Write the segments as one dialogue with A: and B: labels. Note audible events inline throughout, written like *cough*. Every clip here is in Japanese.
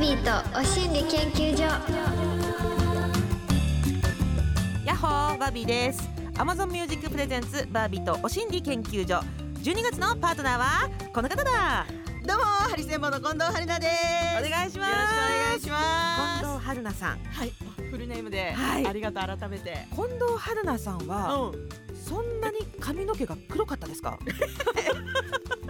A: ビーとお心理研究所
B: ヤッホーバービーです Amazon Music Presents バービーとお心理研究所12月のパートナーはこの方だ
C: どうもハリセンボンの近藤春菜です
B: お願いします
C: よろしくお願いします
B: 近藤春菜さん
C: はいフルネームで、
B: はい
C: ありがとう改めて
B: 近藤春菜さんは、
C: ん
B: そんなに髪の毛が黒かったです *laughs* か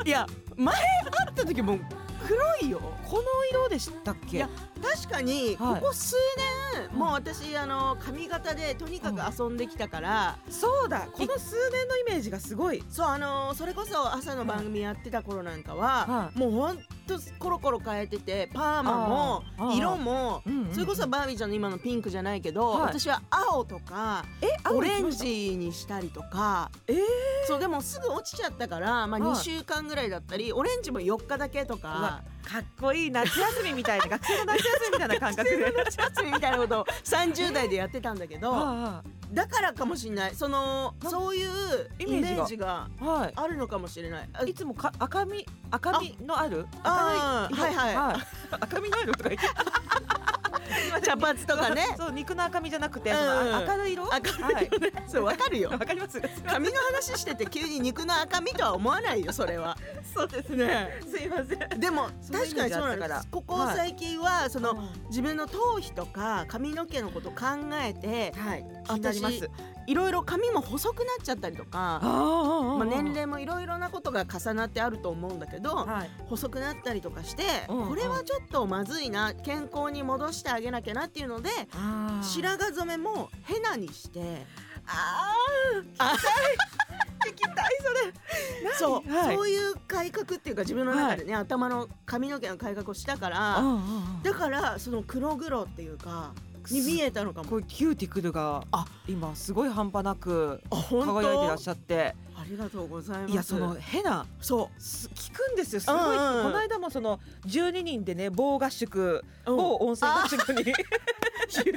C: いや前会った時も黒いよ
B: この色でしたっ
C: い
B: け
C: や確かにこ
B: はい
C: こ数年、
B: うん
C: もう私あの髪型でとにかく遊んできたから、
B: そうだこの数年のイメージがすごい
C: そうあのそれこそ朝の番組やってた頃なんかは、
B: は
C: もうほんとコロコロ変えててパーマ
B: あーあ
C: も
B: ー
C: 色も
B: うんうんうん
C: それこそバービーちゃんの今のピンクじゃないけど、
B: はい
C: 私は青とか
B: え
C: オレンジにしたりとか、
B: えー
C: そうでもすぐ落ちちゃったから、まあ、
B: はい
C: 2週間ぐらいだったり、オレンジも4日だけと
B: うわ
C: か
B: かっこいい夏休みみたいな学生の夏休みみたいな感覚で
C: 夏休 *laughs* みみたいなことを30代でやってたんだけど
B: は
C: だからかもしれないその
B: な
C: そういう
B: イ
C: イ
B: メージが
C: メージが
B: いはい
C: あるのかもしれない。あ
B: いつもか赤み赤みのある
C: あ
B: 赤色
C: はいはい
B: *laughs* 赤みのあるとか言って
C: 茶髪とかね
B: *laughs* そう肉の赤みじゃなくて、
C: うん
B: その明るい色
C: 明るいよね、そうわかるよ
B: はい、わかります
C: 髪の話してて急に肉の赤身とは思わないよそれは
B: そうですねすいません
C: でも
B: *laughs* そのイ
C: 確
B: メー
C: かに
B: ジ
C: そう
B: あ
C: な
B: った
C: ん
B: から
C: ですここ最近はその、自分の頭皮とか髪の毛のこと考えて
B: はい気になり
C: 私
B: ます
C: いろいろ髪も細くなっちゃったりとか、
B: あ
C: まあ、年齢もいろいろなことが重なってあると思うんだけど
B: はい
C: 細くなったりとかして
B: うんうん
C: これはちょっとまずいな健康に戻してあげなきゃなっていうので
B: あ
C: 白髪染めもヘナにして
B: あ聞きたい
C: そう、
B: はい
C: そういう改革っていうか自分の中でね、頭の髪の毛の改革をしたから
B: それ
C: だからその黒黒っていうかに見えたのかも
B: こういうキューティクルが
C: あ
B: 今すごい半端なく
C: あ本当
B: 輝いてらっしゃって
C: ありがとうございます
B: いやそのヘナ
C: そ
B: す聞くんですよすごい、
C: うんうんうん
B: この間もその12人でね棒合宿
C: う、うん
B: 某温泉合宿に *laughs* いい
C: 言っていいんじ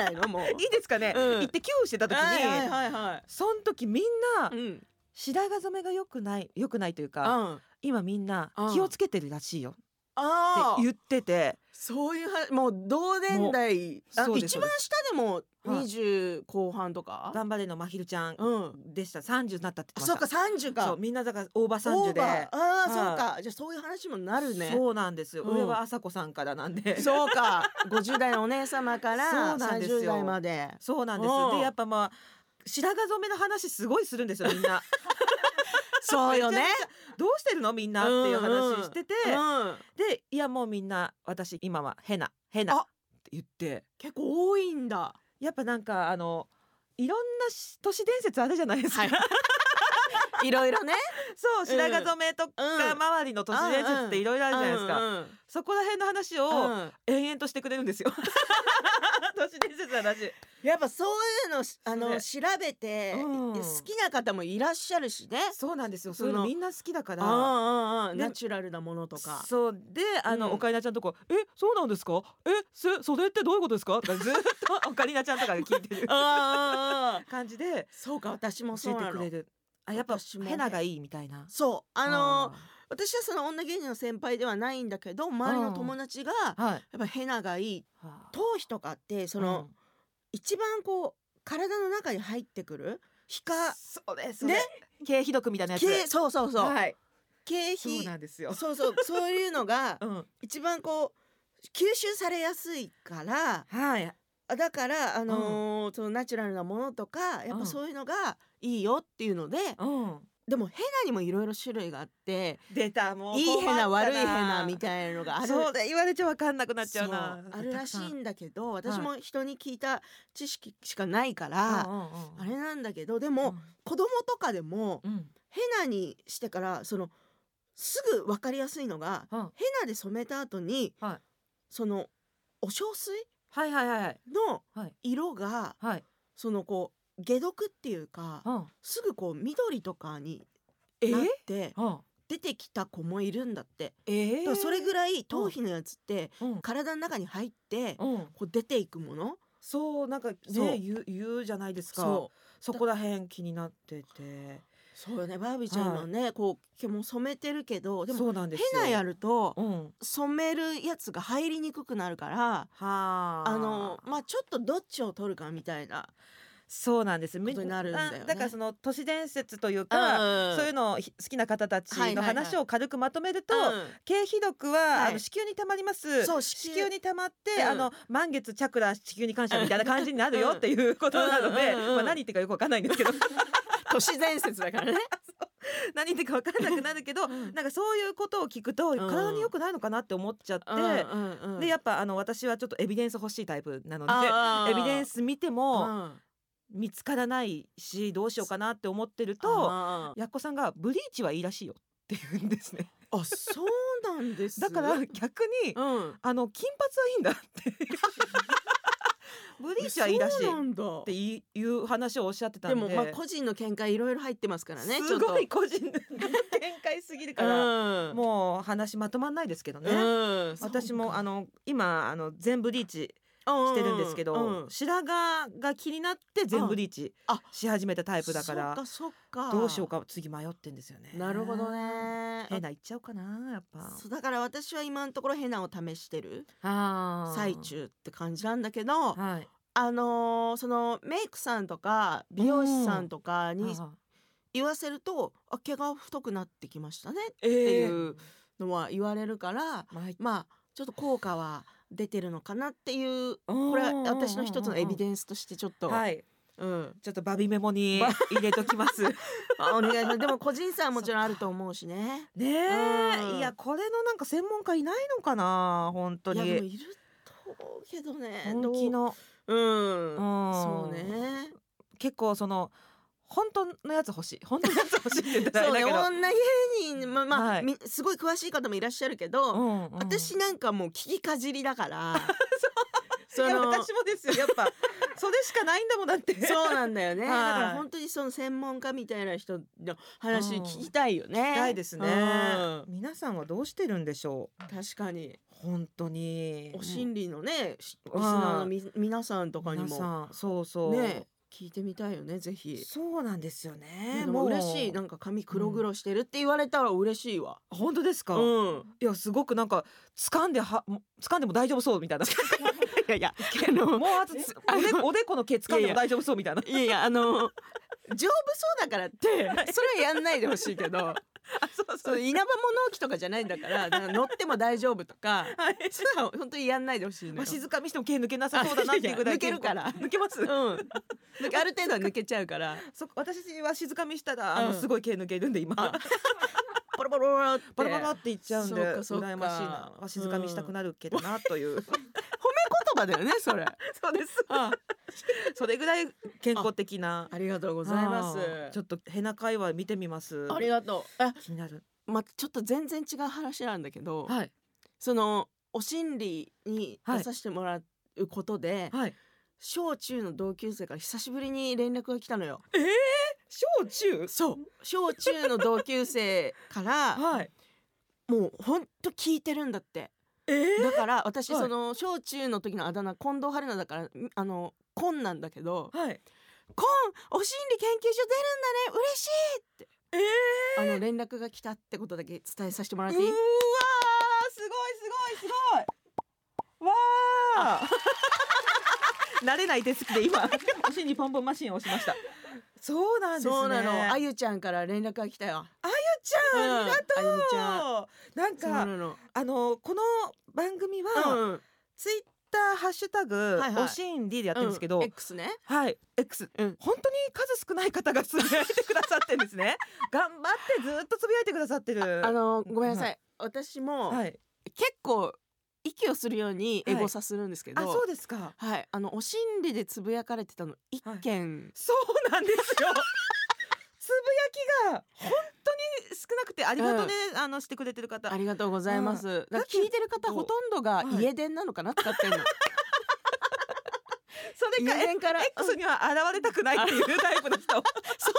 C: ゃな
B: *laughs*
C: いのもう。
B: ですかね、
C: うん
B: 行ってキューしてた時に、
C: はいはいは。
B: その時みんない
C: うん。
B: 白髪染めが良くない良くないというか、
C: あ
B: 今みんな
C: うん
B: 気をつけてるらしいよっ
C: あ
B: て。言ってて、
C: そういうはもう同年代あ
B: そうです
C: 一番下でも
B: はい
C: 二十後半とか。
B: 頑張れのまひるちゃん
C: うん。
B: でした30になったって
C: あ
B: 言って
C: そう
B: ま
C: か
B: した
C: 三十か
B: そう。みんなだからオーバー30
C: オー
B: で
C: バーああそう
B: はい
C: か。じゃあそういう話もなるね。
B: そうなんですよ、
C: うん
B: 上はあさこさんからなんで
C: そうか。五十代のお姉様か
B: そう
C: ら
B: なん
C: 三
B: ですよ
C: 十代まで。
B: そうなんです
C: うん
B: でやっぱまあ白髪染めの話すごいするんですよみん
C: *laughs*
B: な
C: そうよね。
B: どうしてるのみんなっていう話してて、
C: うん。
B: でいやもうみんな私今はヘナヘナ
C: あ
B: って言って
C: 結構多いんだ。
B: やっぱなんかあのいろんなし都市伝説あるじゃないですか、
C: はいいろいろね。
B: *laughs*
C: *laughs*
B: そう白髪染めとか
C: うん
B: 周りの都市伝説っていろいろあるじゃないですか、
C: うん
B: そこら辺の話を
C: うんうん
B: 延々としてくれるん
C: *laughs*
B: ですよ都市伝説の話
C: やっぱそういうのしあの
B: そ
C: 調べて、
B: うん
C: 好きな方もいらっしゃるしね。
B: *laughs* そうなんですよ
C: そ
B: そう
C: の
B: いうのみんな好きだから
C: ああ
B: で
C: ナチュラルなものとか。
B: そうであの、
C: うん
B: オカリナちゃんとこ「えそうなんですかえそそれってどういうことですか?」とかずっ *laughs* とオカリナちゃんとかが聞いてる
C: ああ
B: 感じで
C: そうか私も
B: 教
C: そう
B: えて
C: な
B: くれ
C: の。
B: るあやっぱ
C: 私も
B: ヘナがいいみたいな
C: そうあの
B: ー
C: 私はその女芸人の先輩ではないんだけど周りの友達がや
B: はい
C: っぱヘナがいい頭皮とかってその、
B: うん
C: 一番こう体の中に入ってくる皮下
B: そうです
C: ね
B: ね経費毒みたいなやつ
C: 経そうそうそう、
B: はい
C: 経
B: そう
C: 皮
B: なんですよ、
C: そうそうそういうのが
B: うん、
C: 一番こう吸収されやすいから。
B: はい
C: あだからあのーそのナチュラルなものとかやっ
B: うん
C: ぱそういうのがいいよっていうので、
B: うん
C: でもヘナにもいろいろ種類があって
B: 出たもう
C: いいヘナ悪いヘナみ
B: い
C: たいなのがある
B: そうだ言われちゃわかんなくなっちゃう
C: そう
B: な *laughs*
C: あるらしいんだけど
B: たく
C: 私
B: さん
C: も人に聞いた知識しかないから、
B: あ、うんうんうん
C: あれなんだけどでも、子供とかでも
B: うんうん
C: ヘナにしてからそのすぐ分かりやすいのが
B: うん
C: ヘナで染めた後に、
B: はい
C: そのお小水
B: はいはいはいはい
C: の
B: はい
C: 色が、
B: はい、
C: そのこう解毒っていうか
B: うん、
C: すぐこう緑とかに
B: え
C: なって
B: うん
C: 出てきた子もいるんだって、
B: え
C: だからそれぐ
B: らい、
C: らい頭皮のやつって
B: うん
C: 体の中に入って
B: うん、
C: こう出ていくもの
B: そうなんかね
C: そう
B: 言う言うじゃないですか
C: そ
B: そこら辺気になってて
C: そうよねバービーちゃんはね、こう毛も染めてるけどでも
B: そうなんですよ
C: ヘナや
B: る
C: ると
B: うんは
C: 染めるやつが入りにくくなるから
B: あ
C: あのまあちょっとどっちを取るかみたいな
B: そうなんです
C: ことになるんだよね
B: あだからその都市伝説というか、そういう
C: の
B: のをひ好きな方たち
C: はい
B: の
C: はいはい
B: 話を軽くまとめると、
C: と、
B: 経費毒は、
C: はい
B: あの子宮にたまります
C: そう
B: 子
C: 子
B: 宮にたまって、
C: うん
B: あの満月チャクラ子宮に感謝みたいな感じになるよ
C: うん
B: っていうことなので、
C: うんうんうん
B: まあ、何言ってるかよくわかんないんですけど
C: 都市伝説だ *laughs* からね。
B: 何言ってるかわかんなくなるけどなんかそういうことを聞くと
C: ん
B: 体に良くないのかなって思っちゃって、でやっぱあの私はちょっとエビデンス欲しいタイプなのでエビデン
C: ス
B: ス見ても見つからないしどうしようかなって思ってると
C: あ
B: やっこさんが「ブリーチはいいらしいよ」って言うんですね。
C: ーあそうなんです。
B: だから逆に
C: うん、
B: あの金髪はいいんだっていうブリーチはいいらしい
C: そうな
B: っ
C: んだ
B: ていういう話をおっしゃってた
C: で
B: んで
C: もまあ個人の見解いろいろ入ってますからね。
B: すごい個人の見解すぎるから、
C: うん、
B: もう話まとまんないですけどね、
C: うん
B: 私もあの今あの全ブリーチし
C: の
B: てるんですけど、白髪が気になって全ブリーチ
C: あ
B: し始めたタイプだから
C: そっかそっか
B: どうしようか次迷ってんですよね
C: なるほどね
B: 変な行っちゃおうかなやっぱ
C: そうだから私は今のところヘナを試してる
B: あー
C: 最中って感じなんだけどあ
B: はい
C: のーそのメイクさんとか美容師さんとかに
B: あ
C: 言わせると「あ毛が太くなってきましたね」って
B: ー
C: いうのは言われるから
B: まあ
C: まあちょっと効果は出てるのかなっていう
B: こ
C: これは私の一つのエビ
B: ン
C: デンスとしてちょっと、
B: はい
C: うん、
B: ちょっとバビメモに入れときます
C: *laughs*
B: ね
C: あお願いしますでも個人差はもちろんあると思うしね。う
B: え
C: ん
B: いやこれのなんか専門家いないのかな本当
C: いやでも
B: に
C: いると思うけどね
B: 本気
C: ど
B: の
C: ううん、
B: うん
C: そうね
B: 結構その本当のやつ欲しい本当のやつ欲しいって言ってたら
C: そ
B: あ
C: う
B: れ
C: ね
B: だけど
C: 女芸人まあまあ、
B: はい
C: みすごい詳しい方もいらっしゃるけど、
B: うんうん
C: 私なんかもう聞きかじりだか
B: *laughs*
C: ら
B: い
C: そ
B: や
C: の
B: 私もですよやっ *laughs* ぱそれしかないんだもんだって
C: そうなんだよね、
B: はい
C: だから本当にその専門家みたいな人の話聞きたいよね、
B: ないですね
C: うん
B: 皆さんはどうしてるんでしょう
C: 確かに
B: 本当に
C: お心理のね、しリス
B: うん
C: ナーのみ皆さんとかに
B: 皆
C: も
B: さんそうそう
C: ね聞いてみたいよねぜひ、
B: そうなんですよ
C: いや
B: ね
C: でも嬉しいなんか髪黒黒してるって言われたら嬉しいわ、
B: 本当ですか、い
C: うん
B: やすごくなんか掴んではも掴んでも大丈夫そうみたいな
C: いやいや、あの、
B: もう *laughs* あとつおでおでこの毛掴んでも大丈夫そうみたいない
C: やいや、あの。丈夫そうだからって、それはやんないでほしいけど、
B: そう
C: その稲葉物置とかじゃないんだから、なんか乗っても大丈夫とか。そういうのは本当にやんないでほしいの
B: ま
C: よ
B: あ、。静かにしても毛抜けなさそうだなっていうぐらい
C: いやいや抜けるから
B: 抜けます
C: うん、なんかある程度は抜けちゃうから、
B: そ私は静かにしたらあの、
C: うん
B: すごい毛抜けるんで今
C: *laughs* あボロボロボロって
B: バラバラっていっちゃうんで
C: そうかそうか
B: 羨ましいなわしづかみしたくなるけどなという、
C: 言葉だよね、それ。
B: *laughs* そうです
C: あ、
B: *laughs* それぐらい健康的な
C: ありがとうございます
B: あ。ーちょっとヘナ界隈見てみます
C: ありがとう。あ、
B: 気になる
C: まあ、ちょっと全然違う話なんだけど、
B: はい
C: そのお心理に出させてもらうことで。
B: はい
C: 小中の同級生から久しぶりに連絡が来たのよ。
B: 小中
C: そう
B: *laughs*
C: 小中の同級生から
B: はい
C: もうほんと聞いてるんだって。
B: えー、
C: だから私
B: はい
C: その小中の時のあだ名近藤春菜だからあの「コン」なんだけど
B: はい
C: 「コンお心理研究所出るんだね嬉しい!
B: えー、」
C: あの連絡が来たってことだけ伝えさせてもら
B: う
C: っ
B: ー
C: て
B: わ
C: い
B: ー
C: い
B: すごいすごいすごいわあ *laughs* 慣れない手つきで今お尻にポンポンマシンを押しましたそうなんですね
C: そうなのあ
B: あゆ
C: ゆちゃんから連絡が来たよ。
B: ちゃん、ありがとう
C: あゆみちゃん
B: なん
C: そう
B: か
C: なの、
B: あのこの番組は、
C: うん、
B: ツイッターハッシュタグ、
C: はいはい
B: おしんりでやってるんですけど、
C: うん X ね。
B: はい、X、
C: うん
B: 本当に数少ない方がつぶやいてくださってるんですね。頑張ってずっとつぶやいてくださってる。
C: あのごめんなさい、私も、
B: はい。
C: 結構息をするようにエゴサするんですけど、
B: あ、
C: はい、
B: そうですか。
C: あのお心理でつぶやかれてたの一件、
B: そうなんですよ。つぶやきが本当に少なくてありがとうね、あのしてくれてる方。
C: ありがとうございます。だから
B: だけど
C: 聞いてる方ほとんどが
B: はい
C: 家電なのかな使って
B: *laughs*
C: るの。
B: それか
C: 家電から
B: X には現れたくないっていうタイプの人。
C: そ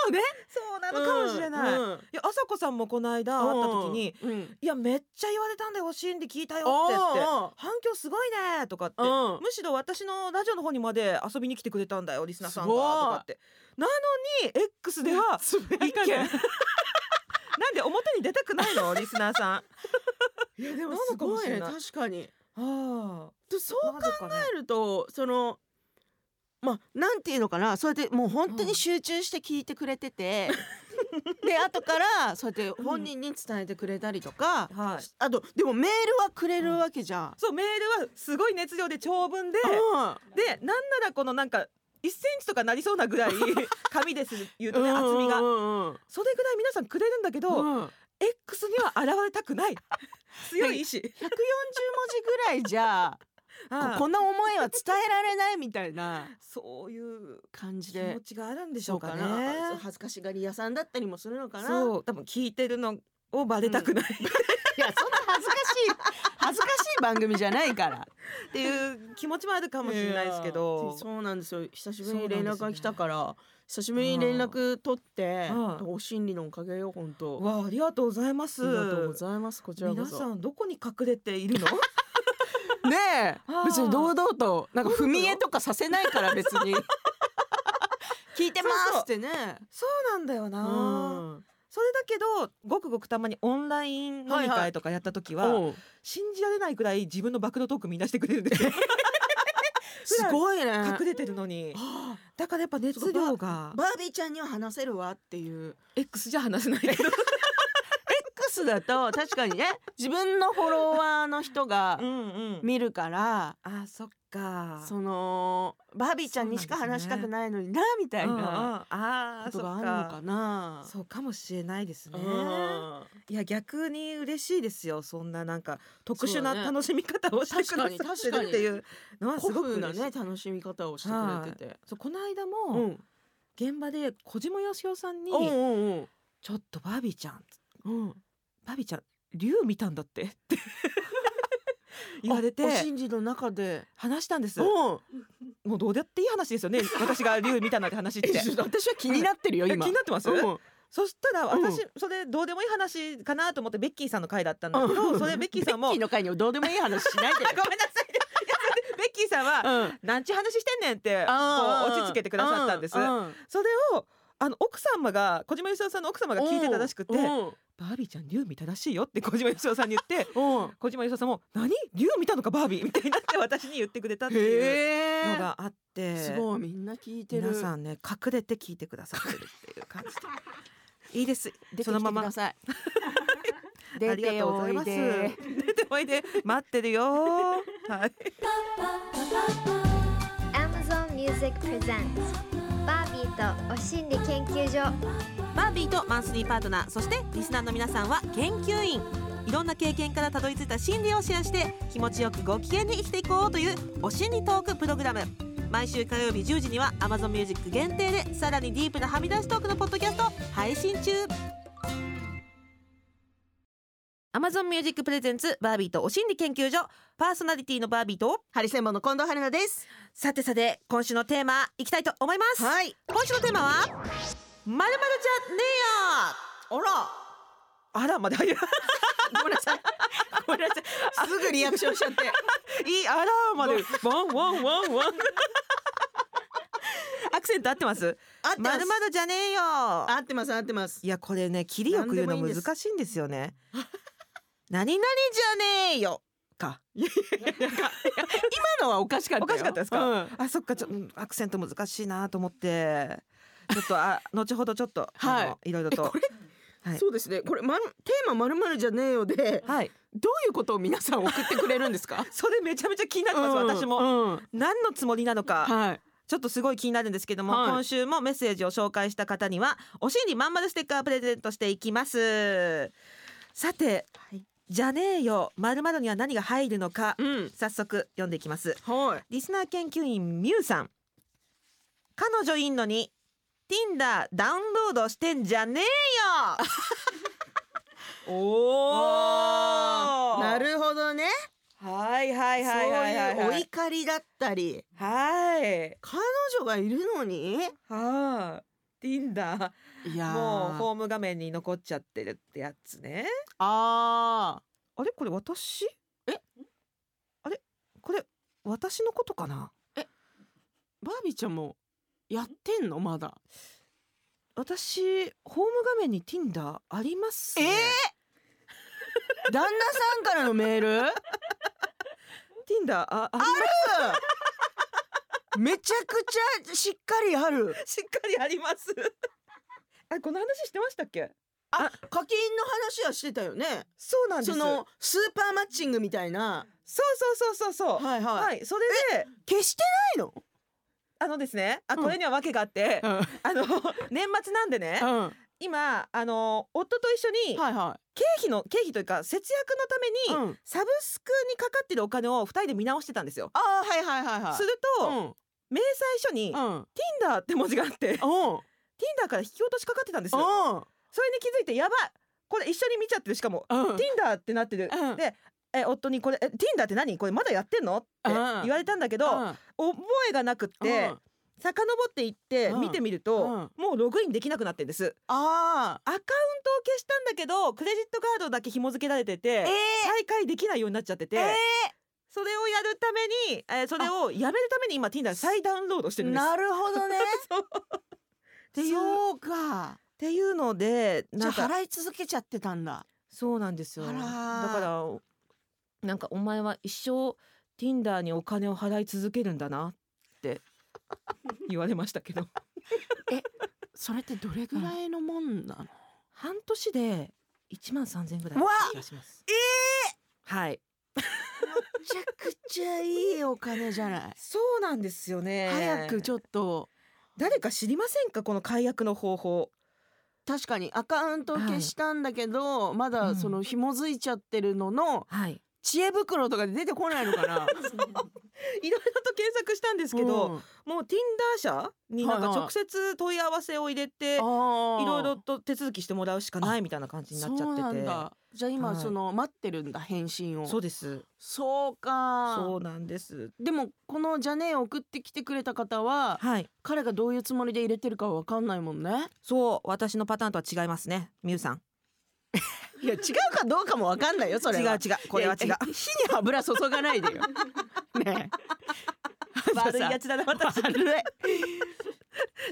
C: うね。
B: そうなのかもしれない。い
C: うん
B: や、あさこさんもこの間会った時に。、
C: うん、
B: いやめっちゃ言われたんだよおしんで聞いたよって言って
C: おーおー
B: 反響今日すごいね」とかって、
D: うん
B: むしろ私のラジオの方にまで遊びに来てくれたんだよリスナーさん
D: す
B: がと
D: ごい
B: かってなのに X では
D: つぶや
B: 一
D: か
B: *laughs* 件な
D: なん
B: で表に出たくないのリスナーさんいやで
D: でも
B: も
D: す
B: す
D: ご
B: ご
D: い
B: い
D: ね
B: ね
D: 確かに
B: あ
D: でそう考
B: 考
D: えるとその
C: まあなんていうのかなそうやってもう本当に集中して聞いてくれて *laughs* て、で後からそうやって本人に伝えてくれたりとか、
B: はい
C: あとでもメールはくれるわけじゃん。
B: そうメールはすごい熱量で長文で、
C: うん
B: でなんならこのなんか1センチとかなりそうな
C: *laughs*
B: ぐらい紙です言うとね
D: うん
B: 厚みが
D: うんうん
B: それぐらい皆さんくれるんだけど、
D: うん
B: X には現れたくない強い意
C: *laughs*
B: 志
C: 140文字ぐらいじゃここ
B: こ
C: んな思いは伝えられないみたいな
B: そういう
C: 感じ
B: 気
C: で
B: 持ちがあるんでし
C: そ
B: ょ
C: う
B: う
C: か
B: か
C: なそう
B: ね
C: 恥ずかしがり屋さんだったりもするのかな
B: そう多分聞いてるのをバレたくない、
C: いやそんな恥ずかしい恥ずかしい番組じゃないから
B: っていう気持ちもあるかもしれないですけど、
C: そうなんですよ久しぶ
B: ぶり
C: りに
B: に
C: 連
B: 連
C: 絡
B: 絡
C: が
B: が
C: 来
B: 来
C: た
B: た
C: から久しぶり
B: り
C: に
B: に
C: 連
B: 連
C: 絡取って
B: うん
C: お心理のおかげよ本当あ
B: わあありがとうございます
C: りがとうございますこちらこ
B: 皆
C: そ
B: さんどこに隠れてい
C: *laughs*
B: るの
C: ねえ
B: あー
C: 別に堂々となんか踏み絵とかさせないから別に *laughs* 聞いてますってね
B: そうなんだよな、
C: うん
B: それだけどごくごくたまにオンライン飲み会とかやった時は、
C: うん
B: 信じられないくらい自分の暴露トークみんなしてくれるんです
C: *laughs*
B: よ
C: すごいね *laughs*
B: 隠れてるのに
C: はあ
B: だからやっぱ熱量が
C: バービーちゃんには話せるわっていう
B: X じゃ話せないけど
C: X だと確かにね自分のフォロワーの人が
B: *laughs* うんうん
C: 見るから
B: あーそっか
C: そのバービーちゃんにしか
B: そうなんで
C: 話
B: す
C: し
B: ね
C: たくないのになみたいな
B: うんうんあーそ
C: こと
B: っ
C: が
B: か
C: あるのかな
B: そうかもしれないですね
C: うん
B: いや逆に嬉しいですよそんななんか特殊
C: そう
B: な
C: だね
B: 楽しみ方をしてくださ
C: 確か
B: ってる
C: に
B: っていうのはす
C: 古
B: ごく
C: 風な
B: 嬉しい
C: ね楽しみ方をしてくれてて
B: そうこの間
C: う
B: も
C: ん
B: 現場で小島よしおさんに
C: うんうん
B: 「ちょっとバービーちゃん
C: うんうん
B: バービーちゃん竜見たんだって」
C: *laughs*
B: って言われて
C: お心理の中で
B: 話したんです
C: うん
B: もうどうだっていい話です
C: *laughs*
B: よね私が竜見たなんて話って
C: えちょっと私は気になってるよ
B: え気
C: 今
B: になってます、
C: うん
B: そしたら
C: うん
B: 私、それどうでもいい話かなと思ってベッキーさんの回だったんだけど、
C: うん
B: それベッキーさんも
C: ベッ
B: ご
C: キ
B: め
C: ー
B: んな
C: の会にどうでもいい話しないで *laughs*
B: さ
C: よ
B: いいやそれでベッキーさんは
C: う
B: 「
C: ん
B: なんち話してんねん」ってこ
C: あ
B: う
C: ー
B: 落ち着けてくださったんです、
C: うう
B: それをあの奥様が小島よしおさんの奥様が聞いてたらしくて
C: う
B: 「
C: ん
B: バービーちゃん竜見たらしいよ」って小島よしおさんに言って
C: うん
B: 小島よしおさんも「何竜見たのかバービー」みたいになって私に言ってくれたっていう
C: へ
B: の
C: え
B: があって
C: すごいみんな聞いてる
B: 皆さんね隠れて聞いてくださってるっていう感じでいいです
C: 出て
B: そ
C: き
B: の
C: て
B: ま
C: く
B: ま
C: ださい
B: あ
C: 出
B: りが
C: て
B: とうご
C: お
B: ざい
C: い
B: ます。
C: で
B: 出ておいで待ってるよ。はい。
A: Amazon Music Presents バービーとお心理研究所
E: バービーとマンスリーパートナーそしてリスナーの皆さんは研究員いろんな経験からたどり着いた心理をシェアして気持ちよくご機嫌に生きていこうというお心理トークプログラム毎週火曜日10時には Amazon Music 限定でさらにディープなはみ出しトークのポッドキャストを配信中 Amazon Music プレゼンツバービーとお心理研究所パーソナリティのバービーと
C: ハリセンボンの近藤春菜です
E: さてさて今週のテーマいきたいと思います、
C: はい
E: 今週のテーマはまるまるじゃねえよ
C: あら
B: あらまで入
C: *laughs*
B: る。
C: ごめんなさいごめんなさいすぐリアクションしちゃって
B: いいあらまで。ワンワンワンワン。アクセント合ってます。
C: あって
B: ま
C: ま
B: る
C: す
B: まるじゃねえよ。
C: 合ってます合ってます
B: いやこれね切りよく言うの
C: なんでもいいんです
B: 難しいんですよね。何々じゃねえよ。か。
C: 今のはおかしか
B: おかしかったですか。
C: うん
B: あそっかちょっとうんアクセント難しいなと思って。ちょっと
C: *laughs*
B: あ後ほどちょっと、
C: はい
B: あのいろいろ
C: え
B: と
C: これ
B: はい
C: そうですねこれまるテーマまるまるじゃねえよで
B: はい
C: どういうことを皆さん送ってくれるんですか
B: それめちゃめちゃ気になります、
C: うん
B: 私も、
C: うん
B: 何のつもりなのか、
C: はい
B: ちょっとすごい気になるんですけども、
C: はい
B: 今週もメッセージを紹介した方にはお心理まんまるステッカーをプレゼントしていきますさて、じゃねえよまるまるには何が入るのか、
C: うん
B: 早速読んでいきます
C: はい
B: リスナー研究員みゆさん彼女いんのに Tinder ダウンロードしてんじゃね *laughs* えよおー
C: なるほどね
B: はいはいはいはいはい
C: そう
B: は
C: いうお
B: い
C: 怒りだったり
B: はい
C: 彼女がいるのに
B: はい。Tinder
C: いや
B: もう
C: う
B: ホーム画面に残っちゃってるってやつね。
C: あ
B: あれこれ私？え？あれ私のことかな
C: バービーちゃんもやってんのまだ
B: 私ホーム画面に Tinder あります、ね、
C: ー、旦那さんからのメール
B: Tinder ああり
C: めちゃくちゃしっかりある
B: *laughs* しっかりあります
C: *laughs*
B: あこの話してましたっけ
C: あ課金の話はしてたよね
B: そうなんです
C: そのスーパーマッチングみたいな
B: そうそうそうそうそう
C: はいはい
B: はいそれで
C: 消してないの
B: あのですねあ
C: うん
B: これには訳があって、
C: うん、
B: あの *laughs* 年末なんでね今あの夫と一緒に
C: はいは
B: 経費の経費というか節約のた
C: い、
B: めに、
C: ん、
B: サブスクにかかってるお金を二人で見直してたんですよ
C: あーはいはいはいはい
B: すると、明細書に
C: うんうん
B: Tinder って文字があって
C: おう
B: Tinder から引き落としかかってたんですよ
C: おう
B: それに気づいてやばいこれ一緒に見ちゃってるしかも、
C: うん
B: Tinder ってなってる、
C: うん
B: でえ夫にこれえ Tinder って何これまだやってんのって
C: うん
B: 言われたんだけど、覚えがなくって、
C: うん
B: 遡っていって
C: うん
B: 見てみると、
C: うん
B: もうログインできなくなってるんです
C: あ
B: アカウントを消したんだけどクレジットカードだけ紐付けられてて、
C: ー
B: 再開できないようになっちゃってて、
C: えー
B: それをやるために、えーそれをやめるために今 Tinder 再ダウンロードしてるんですっ
C: なるほ *laughs* どね
B: そう
C: っていうそうか
B: ていうので
C: じゃ
B: な
C: あ
B: んか
C: 払い続けちゃってたんだ
B: そうなんですよ
C: あ
B: だ
C: ら
B: か
C: ー
B: らなんかお前は一生 Tinder にお金を払い続けるんだなって *laughs* 言われましたけ *laughs* ど
C: それってどれぐらいのもんなの、
B: 半年で1万3000円ぐらいだった気がしますええはい
C: めちゃくちゃいいお金じゃない
B: そうなんですよね
C: 早くちょっと
B: 誰か知りませんかこの解約の方法
C: 確かにアカウントを消したんだけど、まだその紐づいちゃってるのの
B: はい
C: 知恵袋とかで出てこないの
B: *laughs*
C: かなで
B: いろいろと検索したんですけど、、もう Tinder 社になんか
C: はいはい
B: 直接問い合わせを入れて、
C: いろ
B: いろいろと手続きしてもらうしかないみたいな感じになっちゃってて
C: そうなんだじゃあ今、
B: はい
C: その待ってるんだ返信を
B: そうです
C: そうか
B: そうなんです
C: でもこの「じゃねえ」を送ってきてくれた方は
B: はい
C: 彼がどういうつもりで入れてるかは分かんないもんね
B: そう私のパターンとは違いますねみゆさん
C: いや違うかどうかも分かんないよそ
B: 違う違うこれは *laughs* 違う
C: 火に油注がない *laughs* でよ *laughs* ねえ
B: 悪いやつだな私
C: 悪い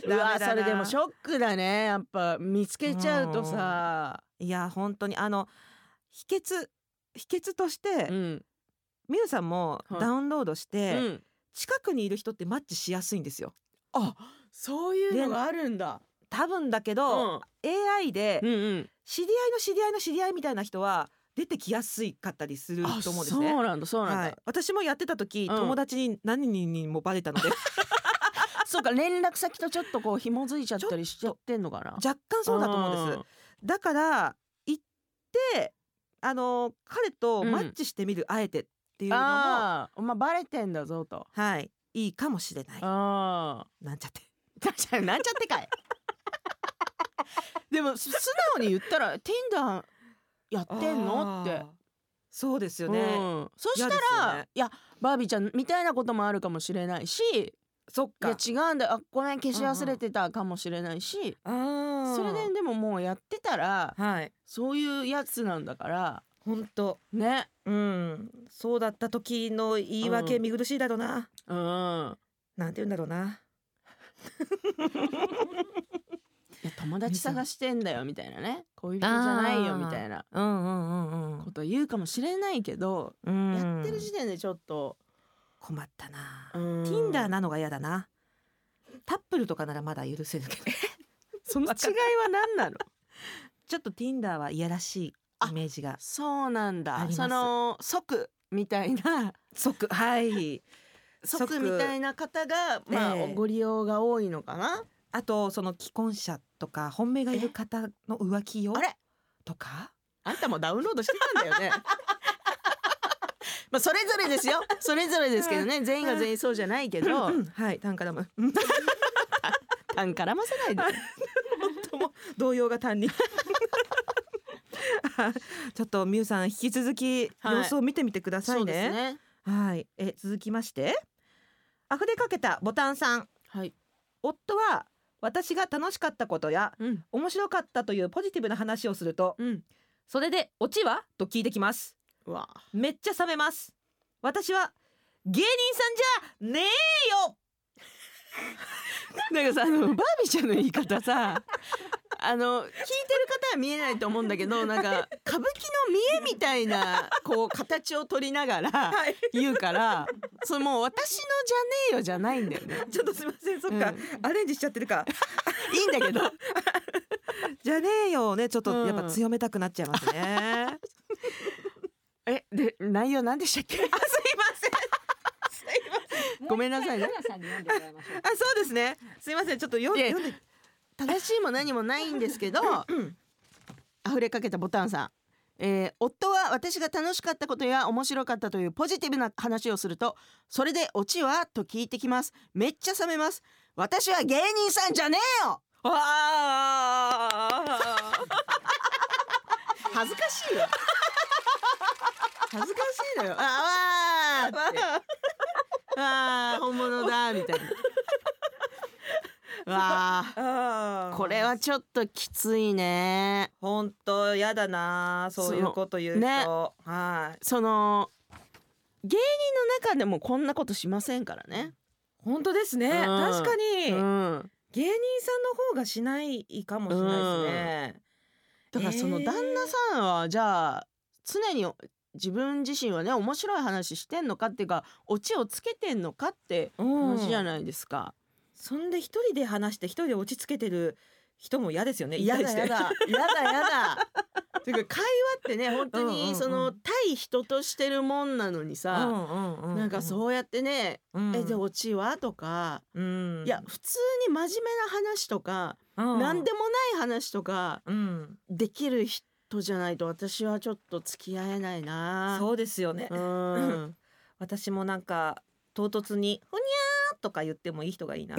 C: う
B: ダメだ
C: わ
B: な
C: それでもショックだねやっぱ見つけちゃうとさ
B: いや本当にあの秘訣秘訣として
C: うん
B: みゆさんも
C: はい
B: ダウンロードし
C: う
B: て、
C: ん
B: 近くにいる人ってマッチしやすいんですよ
C: あそういうのがあるんだ
B: 多分だけど、AI で
C: うんうん
B: 知り合いの知り合いの知り合いみたいな人は出てきやすいかったりする
C: あ
B: と思うんです
C: そう
B: ね。
C: なんだそうなんだ、
B: はい、私もやってた時、
C: うん
B: 友達に何人にもバレたの
C: *laughs*
B: で
C: そうか連絡先とちょっとこう紐づいちゃったりしちゃってんのかな
B: 若干そうだと思うんです。だから行ってあの彼とマッチしてみる、あえてっていうのもは
C: ああー、まあ、バレてんだぞと。
B: いいいかもしれない
C: あ
B: なんちゃって。
C: あ、なんちゃなんちゃってかい。でもす素直に言ったら Tinder やってんのっ
B: あ
C: て
B: ー。そうですよ
C: ね
B: ね、
C: そした
B: 嫌
C: ら
B: です
C: い,、
B: よね
C: やバービーちゃんみたいなこともあるかもしれないしい
B: そっか
C: や違うんだよあごめん消し忘れてたかもしれないし、
B: あー
C: それででももうやってたら
B: はい
C: そういうやつなんだから
B: 本当
C: ね
B: うんそうだった時の言い訳
C: うん
B: 見苦しいだろうな、
C: うん
B: なんて言うんだろうな。
C: いや友達探してんだよみたいなね恋人じゃないよみたいな
B: うんうんうん
C: ことは言うかもしれないけど、
B: うん
C: やってる時点でちょっと、
B: 困ったな。
C: うん
B: Tinder なのが嫌だな。タップルとかならまだ許せるけど、 *laughs*
C: その違いは何なの
B: ちょっと Tinder はいやらしいイメージが
C: *laughs* そうなん
B: あり
C: だ
B: ます
C: その即みたいな
B: 即はい。
C: 即みたいな方が、まあ、
B: ええ
C: ご利用が多いのかな
B: あとその既婚者とか本命がいる方の浮気よ
C: あれ
B: とか。
C: あんたもダウンロードしてたんだよね *laughs* まあそれぞれですよそれぞれですけどね全員が全員そうじゃないけど
B: うんはい、タンカラム。
C: 単絡ませないで
B: *laughs* とも動揺が単に。 *laughs* ちょっとミュウさん引き続き
C: はい
B: 様子を見てみてくださいね。
C: ね
B: はい、え続きまして溢れかけたボタンさん
C: はい、
B: 夫は私が楽しかったことや
C: うん
B: 面白かったというポジティブな話をすると
C: うん
B: それでオチはと聞いてきます
C: うわ
B: めっちゃ冷めます私は
E: 芸人さんじゃねえよ
C: なんかさあのバービーちゃんの言い方 *laughs* さあの聞いてる方は見えないと思うんだけどなんか歌舞伎の見えみたいなこう形を取りながら
B: はい
C: 言うからそれもう私のじゃねえよじゃないんだよね
B: *laughs* ちょっとすみませんそっか、アレンジしちゃってるか
C: いいんだけど
B: じゃねえよねちょっ
C: う
B: と
C: ん
B: やっぱ強めたくなっちゃいます *laughs* ね、す
C: えで内容何でしたっけ
B: いません
C: ごめんなさいね
D: もう一回花さんに読んでもらいましょう
B: あそうですねすいませんちょっと読ん
C: いや
B: 読んで
C: 正しいも何もないんですけど溢れかけたボタンさん、えー夫は私が楽しかったことや面白かったというポジティブな話をするとそれでオチはと聞いてきますめっちゃ冷めます私は芸人さんじゃねえよ
B: あ
C: *laughs* 恥ずかし *laughs* いよ恥ずかしいのよあわーってあー本物だみたい *laughs* なわ
B: あ
C: ー
B: ー
C: これはちょっときついね
B: 本当やだなそういうこと言う人
C: そね
B: はい
C: その芸人の中でもこんなことしませんからね。
B: 本当ですね、
C: うん
B: 確かに、芸
C: ん、
B: 人さんの方がしないかもしれないですね、
C: だからその旦那さんはじゃあ常に自分自身はね面白い話してんのかっていうかオチをつけてんのかって
B: うん
C: 話じゃないですか。
B: そんで一人で話して一人で落ち着けてる人も嫌ですよね
C: やだや
B: 一
C: だやだや *laughs* だ。ていうか会話ってね本当
B: うんうんう
C: に
B: ん
C: その対人としてるもんなのに
B: 対して
C: さ、なんか
B: う、
C: そうやってね「
B: うん
C: えでオチは?」とか、
B: うん
C: いや普通に真面目な話とか、
B: うん
C: 何でもない話とか。
B: うん
C: できる人じゃないと私はちょっと付き合えないな。
B: そうですよね、 *laughs*
C: うん。
B: 私もなんか唐突に「ふにゃー」とか言ってもいい人が *laughs* いいな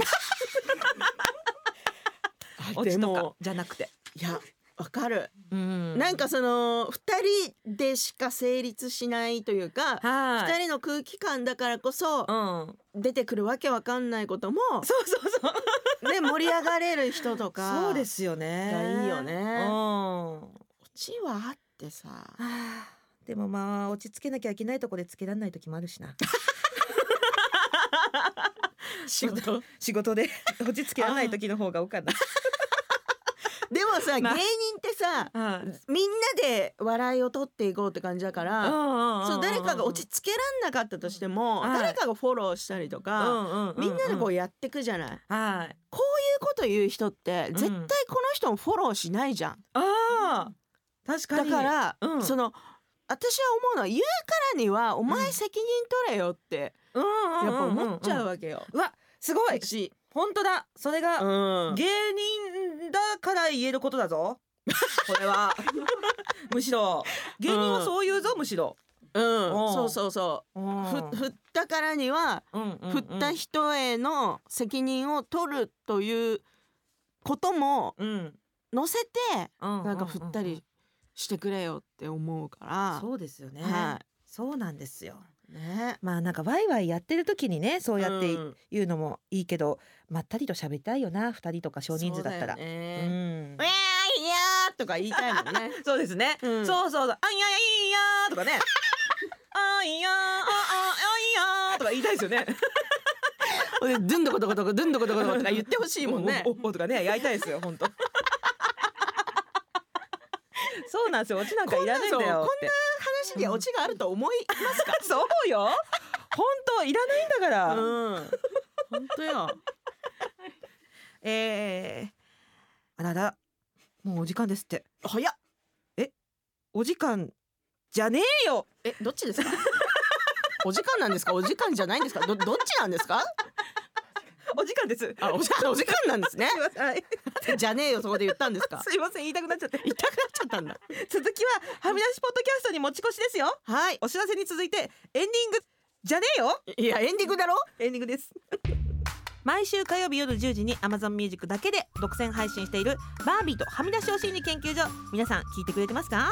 B: 落
C: で
B: ちとか
C: も
B: じゃなくて、
C: いやわかる、
B: うん
C: なんかその二人でしか成立しないというか。二
B: はい
C: 人の空気感だからこそ
B: うん
C: 出てくるわけわかんないことも
B: そうそうそう
C: ね盛り上がれる人と
B: *laughs*
C: か
B: そうですよね
C: がいいよね
B: うん
C: オチはあってさ
B: はあでもまあ落ち着けなきゃいけないとこでつけられない時もあるしな
C: 仕事
B: *laughs* *laughs* 仕事で落ち着けられない時の方が多かった
C: でも
B: *laughs*
C: さ、
B: まあ
C: 芸人ってさ
B: はい
C: みんなで笑いを取っていこうって感じだから、そう誰かが落ち着けらんなかったとしても、
B: はい
C: 誰かがフォローしたりとか、みんなでこう
B: や
C: やってくじゃない。こ
B: はい
C: いうこと言う人って絶対この人もフォローしないじゃん。
B: あー確か
C: だ
B: に
C: から、
B: うん
C: その私は思うのは言うからにはお前責任取れよって
B: うん
C: や
B: うんう
C: っ
B: ん
C: ぱ
B: うん
C: 思っちゃうわけよ。
B: うわすごい
C: し、
B: 本当だそれ
C: う
B: が
C: ん、
B: 芸人だから言えることだ *laughs* ぞこれ *laughs* はむしろ芸人はそう言うぞむしろ
C: うん
B: うん
C: そうそうそ
B: うん
C: う。ふ振ったからには、
B: うんうんうん
C: 振った人への責任を取るということも
B: うん
C: 乗せて
B: な
C: なんか振ったりしてくれよって思うから。
B: そうですよね、
C: は
B: そうなんですよ
C: い。ね。
B: まあなんかワイワイやってる時にねそうやって
C: うん
B: 言うのもいいけど、まったりと喋りたいよな二人とか少人数だったら
C: そう
B: う,、
C: よね
B: ん
C: うわーいやーとか言いたいもん *laughs* ね。
B: そうですね、
C: うん
B: そうそうそうあいやいやいやとかねあいやあああいやとか言いたいですよね
C: で、ドゥンドコドコドコ、ドゥンドコドコドコとか言ってほしいもんね
B: お。おおとかねやりたいですよ本当そうなんですよオチなんかいらないんだよって
C: 話にオチがあると思い。
B: そうよ本当いらないんだから、
C: ん。本当よ。
B: えー、あららもうお時間ですって
C: 早っ。
B: お時間じゃねえよ
C: え、どっちです *laughs* か。お時間なんですか。お時間じゃないんですか。ど、どっちなんですか。
B: お時間です
C: あ、お時間、お時間なんですね
B: すい。ません、はい、
C: *laughs* じゃねえよ、そこで言ったんですか。
B: すいません言いたくなっちゃって
C: 痛くなっちゃったんだ。
B: 続きははみ出しポッドキャストに持ち越しですよ
C: はい。
B: お知らせに続いてエンディングじゃねえよ
C: いや、エンディングだろ
B: エンディングです
E: *laughs* 毎週火曜日夜10時に Amazon Music だけで独占配信しているバービーとはみ出しお心理研究所皆さん聞いてくれてますか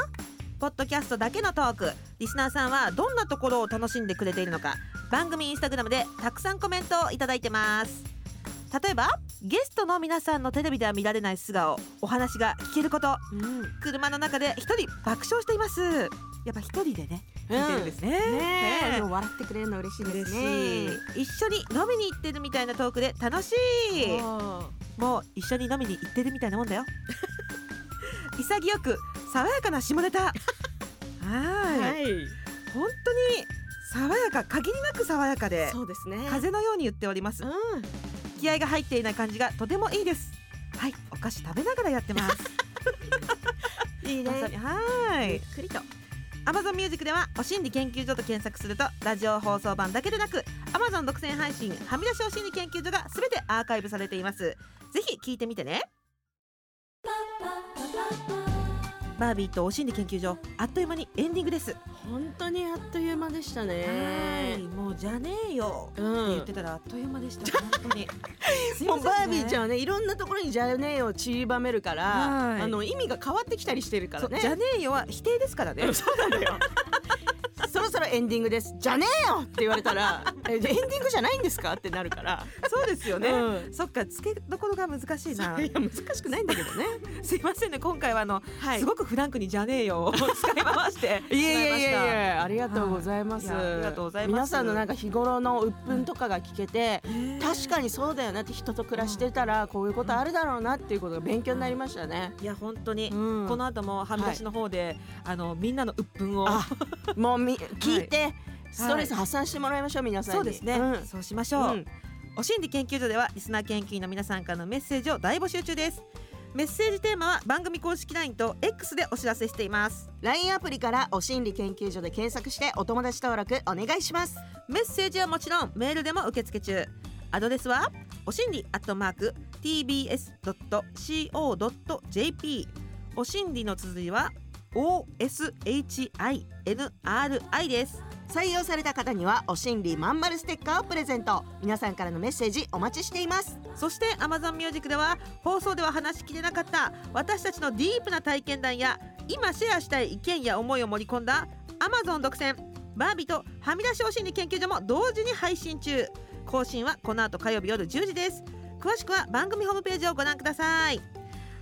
E: ポッドキャストだけのトークリスナーさんはどんなところを楽しんでくれているのか番組インスタグラムでたくさんコメントをいただいてます例えばゲストの皆さんのテレビでは見られない素顔お話が聞けること車の中で一人爆笑しています
B: やっぱ一人でね
C: う
B: 見てるん
C: ん
B: で
C: です
B: すね,ねえ、
C: でも笑ってくれるの嬉しいで
B: 嬉
C: す
B: し
C: ね
B: い一緒に飲みに行ってるみたいなトークで楽しい
C: あ
B: もう一緒に飲みに行ってるみたいなもんだよ潔く爽やかな下ネタはーい
F: はい。
B: 本当に爽やか限りなく爽やか
C: ー
B: で
C: そうですね
B: 風のように言っております
C: うん
B: 気合が入っていない感じがとてもいいですはいお菓子食べながらやって
C: *laughs*
B: ます
C: いいね
B: まさにはー
C: ゆ
B: い
C: っくりと
B: Amazon ミュージックではお心理研究所と検索するとラジオ放送版だけでなく Amazon 独占配信はみ出しお心理研究所がすべてアーカイブされていますぜひ聞いてみてねバービーとお心理研究所あっという間にエンディングです
C: 本当にあっという間でした
B: はーい
C: ね
B: もうじゃねえよって
C: うん
B: 言ってたらあっという間でした本当
C: *laughs*
B: にすいま
C: も
B: せ
C: う
B: ね
C: んバービーちゃんはねいろんなところに「じゃねえ」を散りばめるから、
B: はい
C: あの意味が変わってきたりしてるから
B: そう
C: ね
B: じゃねえよは否定ですからね
C: そうなのよそろそろエンディングです「じゃねえよ!」って言われ
B: *laughs*
C: たら「えエンディングじゃないんですか?」ってなるから
B: そうですよね、
C: うん
B: そっか付けどころが難しいない
C: や難しくないんだけどね
B: すいませんね今回はあの、
C: はい
B: すごくフランクにじゃねえ
C: *laughs*
B: よを使い回して
C: *laughs* いやいやいや
B: しまい
C: い
B: ました
C: やありがとうございます、
B: はいいやありがとうございます
C: 皆さんのなんか日頃の鬱憤とかが聞けて、
B: ねえ
C: 確かにそうだよなって人と暮らしてたらこういうことあるだろうなっていうことが勉強になりましたね、
B: いや本当に、
C: うん
B: この後もはみ出しの方で、あのみんなの鬱憤を
C: あもうみ聞いて、ストレス発散してもらいましょう皆さんに
B: そうですね、
C: ん
B: そうしましょう、
C: うん
B: お心理研究所ではリスナー研究員の皆さんからのメッセージを大募集中ですメッセージテーマは番組公式 LINE と X でお知らせしています
C: LINE アプリからお心理研究所で検索してお友達登録お願いします
B: メッセージはもちろんメールでも受付中アドレスはおしんりアットマーク tbs.co.jp おしんりの綴りは oshinri です
C: 採用された方にはお心理まんまるステッカーをプレゼント皆さんからのメッセージお待ちしています
B: そして Amazon Music では放送では話しきれなかった私たちのディープな体験談や今シェアしたい意見や思いを盛り込んだ Amazon 独占バービーとはみ出しお心理研究所も同時に配信中更新はこの後火曜日夜10時です詳しくは番組ホームページをご覧ください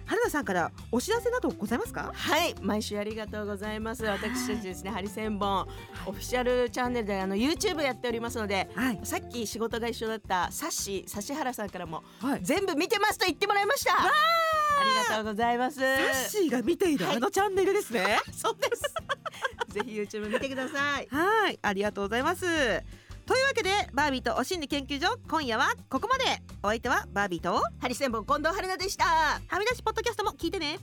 B: 原田さんからお知らせなどございますか
C: はい毎週ありがとうございます私たちですねハリセンボンオフィシャルチャンネルであの YouTube やっておりますので
B: はい
C: さっき仕事が一緒だったサッシー指原さんからも
B: はい
C: 全部見てますと言ってもらいましたありがとうございます
B: サッシーが見ている
C: はい
B: あのチャンネルですね、
C: そうですぜひ YouTube 見てください
B: はい、ありがとうございます。というわけで、バービーとお心理研究所、今夜はここまで。お相手はバービーと、
C: ハリセンボン近藤春菜でした
B: はみ出しポッドキャストも聞いてね。